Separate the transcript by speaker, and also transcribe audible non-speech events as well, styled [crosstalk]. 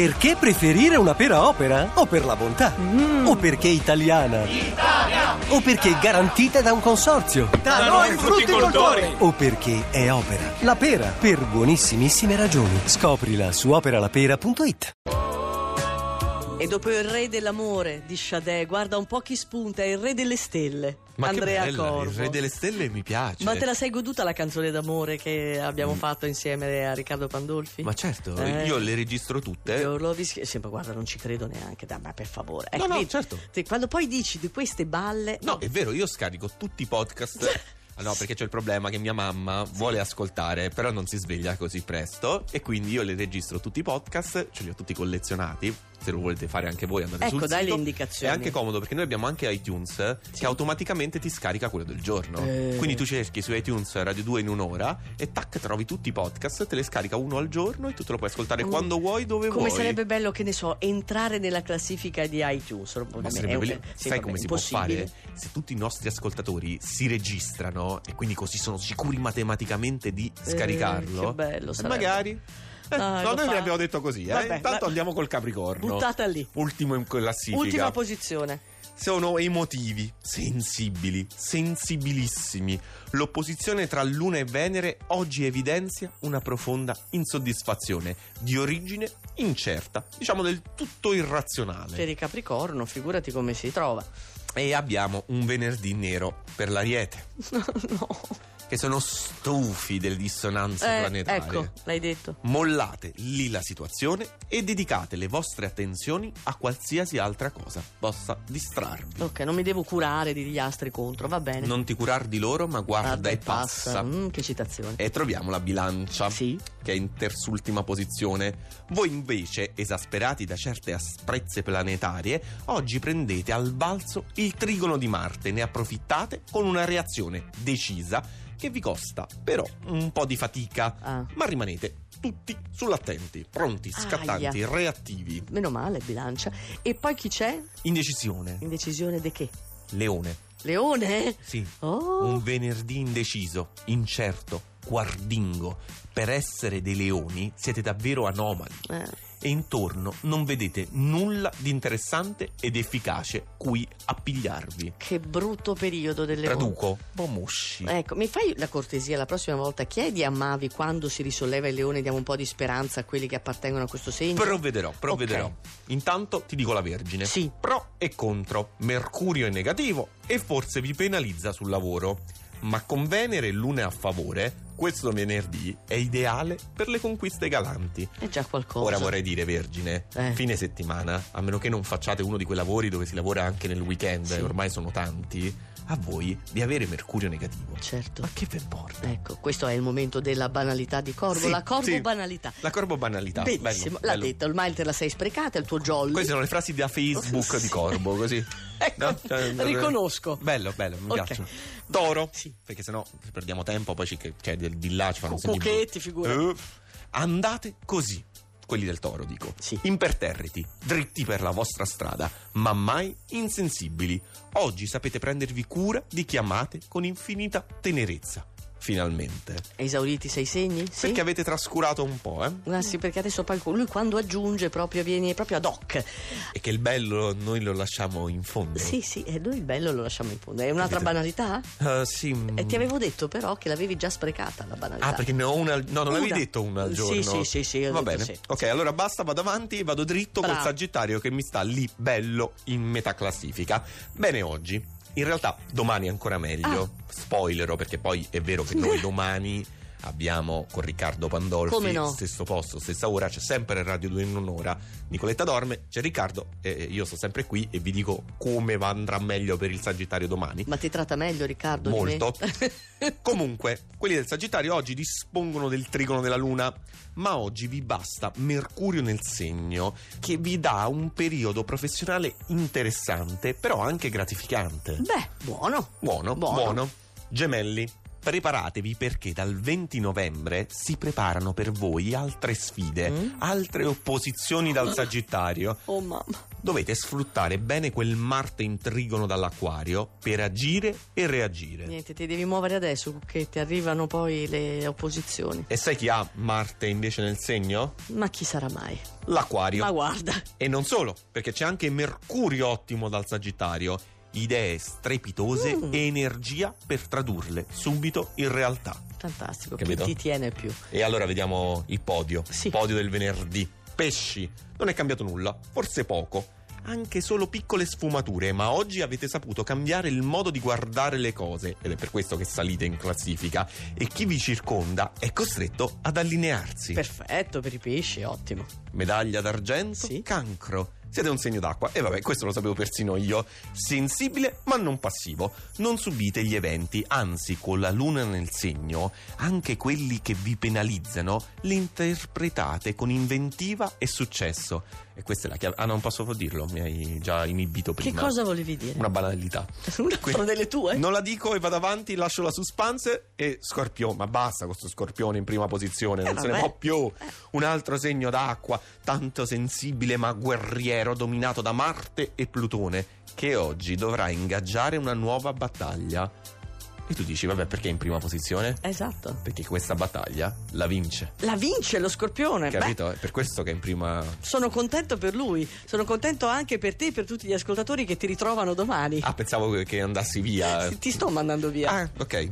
Speaker 1: Perché preferire una pera opera? O per la bontà?
Speaker 2: Mm.
Speaker 1: O perché italiana? O perché garantita da un consorzio?
Speaker 2: Da noi frutticoltori!
Speaker 1: O perché è opera? La pera, per buonissimissime ragioni. Scoprila su operalapera.it
Speaker 3: E dopo il re dell'amore di Sade, guarda un po' chi spunta, è il re delle stelle.
Speaker 4: Ma
Speaker 3: Andrea
Speaker 4: che bella,
Speaker 3: Corvo.
Speaker 4: il re delle stelle mi piace.
Speaker 3: Ma te la sei goduta la canzone d'amore che abbiamo fatto insieme a Riccardo Pandolfi?
Speaker 4: Ma eh? certo,
Speaker 3: Eh.
Speaker 4: io le registro tutte.
Speaker 3: Io l'ho vis- sempre, guarda, non ci credo neanche, dai, ma per favore. eh,
Speaker 4: No, no,
Speaker 3: vedi,
Speaker 4: certo.
Speaker 3: te- quando poi dici di queste balle,
Speaker 4: No, è vero, io scarico tutti i podcast.
Speaker 3: [laughs]
Speaker 4: Ah, No, perché c'è il problema che mia mamma vuole ascoltare, però non si sveglia così presto. E quindi io le registro tutti i podcast, ce li ho tutti collezionati. Se lo volete fare anche voi, andate
Speaker 3: Ecco,
Speaker 4: sul
Speaker 3: dai
Speaker 4: sito.
Speaker 3: le indicazioni.
Speaker 4: È anche comodo perché noi abbiamo anche iTunes eh,
Speaker 3: Sì.
Speaker 4: che automaticamente ti scarica quello del giorno.
Speaker 3: Eh.
Speaker 4: Quindi tu cerchi su iTunes Radio 2 in un'ora e tac, trovi tutti i podcast, te le scarica uno al giorno e tu te lo puoi ascoltare
Speaker 3: Mm.
Speaker 4: quando vuoi, dove
Speaker 3: come
Speaker 4: vuoi.
Speaker 3: sarebbe bello, che ne so, entrare nella classifica di iTunes.
Speaker 4: Ma
Speaker 3: Vabbè,
Speaker 4: sarebbe
Speaker 3: Eh, è un-
Speaker 4: belli-
Speaker 3: sì,
Speaker 4: Sai
Speaker 3: vabbè,
Speaker 4: come si può
Speaker 3: impossibile.
Speaker 4: fare? Se tutti i nostri ascoltatori si registrano e quindi così sono sicuri matematicamente di scaricarlo.
Speaker 3: Eh, che bello
Speaker 4: eh,
Speaker 3: sarebbe.
Speaker 4: Magari. Eh,
Speaker 3: Dai,
Speaker 4: no,
Speaker 3: Ah, lo
Speaker 4: noi
Speaker 3: fa.
Speaker 4: ne abbiamo detto così. Eh.
Speaker 3: Vabbè,
Speaker 4: Intanto
Speaker 3: ma-
Speaker 4: andiamo col Capricorno.
Speaker 3: Buttata lì.
Speaker 4: Ultimo in classifica.
Speaker 3: Ultima posizione.
Speaker 4: Sono emotivi, sensibili, sensibilissimi. L'opposizione tra Luna e Venere oggi evidenzia una profonda insoddisfazione di origine incerta, diciamo del tutto irrazionale.
Speaker 3: Per il Capricorno, figurati come si trova. [laughs]
Speaker 4: E abbiamo un venerdì nero per l'Ariete,
Speaker 3: no.
Speaker 4: che sono stufi delle dissonanze
Speaker 3: Eh,
Speaker 4: planetarie.
Speaker 3: ecco, l'hai detto.
Speaker 4: Mollate lì la situazione e dedicate le vostre attenzioni a qualsiasi altra cosa possa distrarvi.
Speaker 3: Ok, non mi devo curare di gli astri contro, va bene.
Speaker 4: Non ti curar di loro, ma guarda,
Speaker 3: Guarda
Speaker 4: e passa.
Speaker 3: Mm, che citazione.
Speaker 4: E troviamo la bilancia,
Speaker 3: Sì.
Speaker 4: che è in terzultima posizione. Voi invece, esasperati da certe asprezze planetarie, oggi prendete al balzo il trigono di Marte, ne approfittate con una reazione decisa che vi costa però un po' di fatica,
Speaker 3: Ah,
Speaker 4: ma rimanete tutti sull'attenti, pronti,
Speaker 3: Aia.
Speaker 4: scattanti, reattivi.
Speaker 3: meno male, bilancia. E poi chi c'è?
Speaker 4: Indecisione,
Speaker 3: Indecisione di che?
Speaker 4: leone,
Speaker 3: Leone?
Speaker 4: sì,
Speaker 3: Oh,
Speaker 4: un venerdì indeciso, incerto, guardingo. Per essere dei leoni siete davvero anomali.
Speaker 3: eh,
Speaker 4: e intorno non vedete nulla di interessante ed efficace cui appigliarvi.
Speaker 3: che brutto periodo delle
Speaker 4: Traduco, bomosci.
Speaker 3: Ecco, mi fai la cortesia la prossima volta, chiedi a Mavi quando si risolleva il leone, diamo un po' di speranza a quelli che appartengono a questo segno.
Speaker 4: Provvederò, provvederò.
Speaker 3: Ok.
Speaker 4: Intanto ti dico la Vergine.
Speaker 3: Sì.
Speaker 4: Pro e contro. Mercurio è negativo e forse vi penalizza sul lavoro. Ma con Venere e Luna a favore, questo venerdì è ideale per le conquiste galanti.
Speaker 3: È già qualcosa.
Speaker 4: Ora vorrei dire, Vergine,
Speaker 3: Eh.
Speaker 4: fine settimana, a meno che non facciate uno di quei lavori dove si lavora anche nel weekend,
Speaker 3: Sì.
Speaker 4: e ormai sono tanti, a voi di avere mercurio negativo.
Speaker 3: Certo.
Speaker 4: Ma che ve importa?
Speaker 3: Ecco, questo è il momento della banalità di Corvo,
Speaker 4: Sì,
Speaker 3: la Corvo
Speaker 4: sì.
Speaker 3: banalità.
Speaker 4: La corbo banalità.
Speaker 3: Benissimo,
Speaker 4: Bello,
Speaker 3: l'ha
Speaker 4: bello.
Speaker 3: detto, ormai te la sei sprecata, è il tuo jolly.
Speaker 4: Queste sono le frasi da Facebook di Corbo, così.
Speaker 3: [laughs] Ecco,
Speaker 4: No? Cioè,
Speaker 3: riconosco.
Speaker 4: Bello, bello, mi
Speaker 3: Ok.
Speaker 4: piacciono. Toro,
Speaker 3: Sì.
Speaker 4: perché sennò perdiamo tempo, poi ci, cioè, di di là ci fanno segni blu.
Speaker 3: Cucchetti, figura.
Speaker 4: Eh, andate così, quelli del toro dico.
Speaker 3: Sì.
Speaker 4: Imperterriti, dritti per la vostra strada, ma mai insensibili. Oggi sapete prendervi cura di chi amate con infinita tenerezza. Finalmente.
Speaker 3: Esauriti sei segni? Sì.
Speaker 4: Perché avete trascurato un po', eh?
Speaker 3: Ah, sì, perché adesso poi lui quando aggiunge proprio viene proprio ad hoc.
Speaker 4: E che il bello noi lo lasciamo in fondo.
Speaker 3: Sì, sì, e noi il bello lo lasciamo in fondo. È un'altra
Speaker 4: Capito.
Speaker 3: banalità?
Speaker 4: Eh, sì.
Speaker 3: E ti avevo detto però che l'avevi già sprecata la banalità.
Speaker 4: Ah, perché ne ho una. al- No, non l'avevi
Speaker 3: Una.
Speaker 4: detto una al
Speaker 3: Sì,
Speaker 4: giorno.
Speaker 3: sì, sì, sì, ho
Speaker 4: Va
Speaker 3: detto
Speaker 4: bene.
Speaker 3: sì.
Speaker 4: Ok, allora basta, vado avanti, vado dritto col
Speaker 3: Bravo.
Speaker 4: Sagittario che mi sta lì bello in metà classifica. Bene oggi. In realtà domani ancora meglio.
Speaker 3: Ah.
Speaker 4: Spoilero, perché poi è vero che
Speaker 3: [laughs]
Speaker 4: noi domani abbiamo con Riccardo Pandolfi,
Speaker 3: Come no?
Speaker 4: stesso posto, stessa ora, c'è sempre Radio 2 in un'ora. Nicoletta dorme, c'è Riccardo e io sto sempre qui e vi dico come va- andrà meglio per il Sagittario domani.
Speaker 3: Ma ti tratta meglio Riccardo
Speaker 4: Molto.
Speaker 3: di me? [laughs]
Speaker 4: Comunque, quelli del Sagittario oggi dispongono del trigono della Luna, ma oggi vi basta Mercurio nel segno che vi dà un periodo professionale interessante, però anche gratificante.
Speaker 3: Beh, buono.
Speaker 4: Buono,
Speaker 3: Buono.
Speaker 4: buono. Gemelli, preparatevi perché dal 20 novembre si preparano per voi altre sfide,
Speaker 3: Mm.
Speaker 4: altre opposizioni dal Sagittario.
Speaker 3: Oh mamma.
Speaker 4: Dovete sfruttare bene quel Marte in trigono dall'acquario per agire e reagire.
Speaker 3: Niente, ti devi muovere adesso che ti arrivano poi le opposizioni.
Speaker 4: E sai chi ha Marte invece nel segno?
Speaker 3: Ma chi sarà mai?
Speaker 4: L'acquario.
Speaker 3: Ma guarda,
Speaker 4: E non solo, perché c'è anche Mercurio ottimo dal Sagittario. Idee strepitose
Speaker 3: Mm.
Speaker 4: e energia per tradurle subito in realtà.
Speaker 3: fantastico,
Speaker 4: Capito?
Speaker 3: chi ti tiene più?
Speaker 4: E allora vediamo il podio.
Speaker 3: Sì.
Speaker 4: Il Podio del venerdì. Pesci. Non è cambiato nulla, forse poco. Anche solo piccole sfumature, ma oggi avete saputo cambiare il modo di guardare le cose ed è per questo che salite in classifica e chi vi circonda è costretto ad allinearsi.
Speaker 3: Perfetto per i pesci, ottimo.
Speaker 4: Medaglia d'argento,
Speaker 3: Sì.
Speaker 4: cancro. Siete un segno d'acqua e vabbè, questo lo sapevo persino io. Sensibile ma non passivo. Non subite gli eventi, anzi, con la luna nel segno, anche quelli che vi penalizzano li interpretate con inventiva e successo. E questa è la chiave. Ah, non posso dirlo, mi hai già inibito
Speaker 3: Che
Speaker 4: prima.
Speaker 3: cosa volevi dire?
Speaker 4: Una banalità.
Speaker 3: [laughs] Una
Speaker 4: Que-
Speaker 3: sono delle tue?
Speaker 4: Non la dico e vado avanti, lascio la suspense e Scorpione, ma basta con questo Scorpione in prima posizione, non se ne
Speaker 3: Eh, vabbè.
Speaker 4: può più. Un altro segno d'acqua, tanto sensibile ma guerriero, dominato da Marte e Plutone, che oggi dovrà ingaggiare una nuova battaglia. E tu dici, vabbè, perché in prima posizione?
Speaker 3: Esatto.
Speaker 4: Perché questa battaglia la vince.
Speaker 3: La vince lo scorpione. Eh, Beh,
Speaker 4: Capito? È per questo che è in prima
Speaker 3: sono contento per lui, sono contento anche per te e per tutti gli ascoltatori che ti ritrovano domani.
Speaker 4: Ah, pensavo che Ah, andassi via.
Speaker 3: Ti sto mandando via.
Speaker 4: Ah, ok.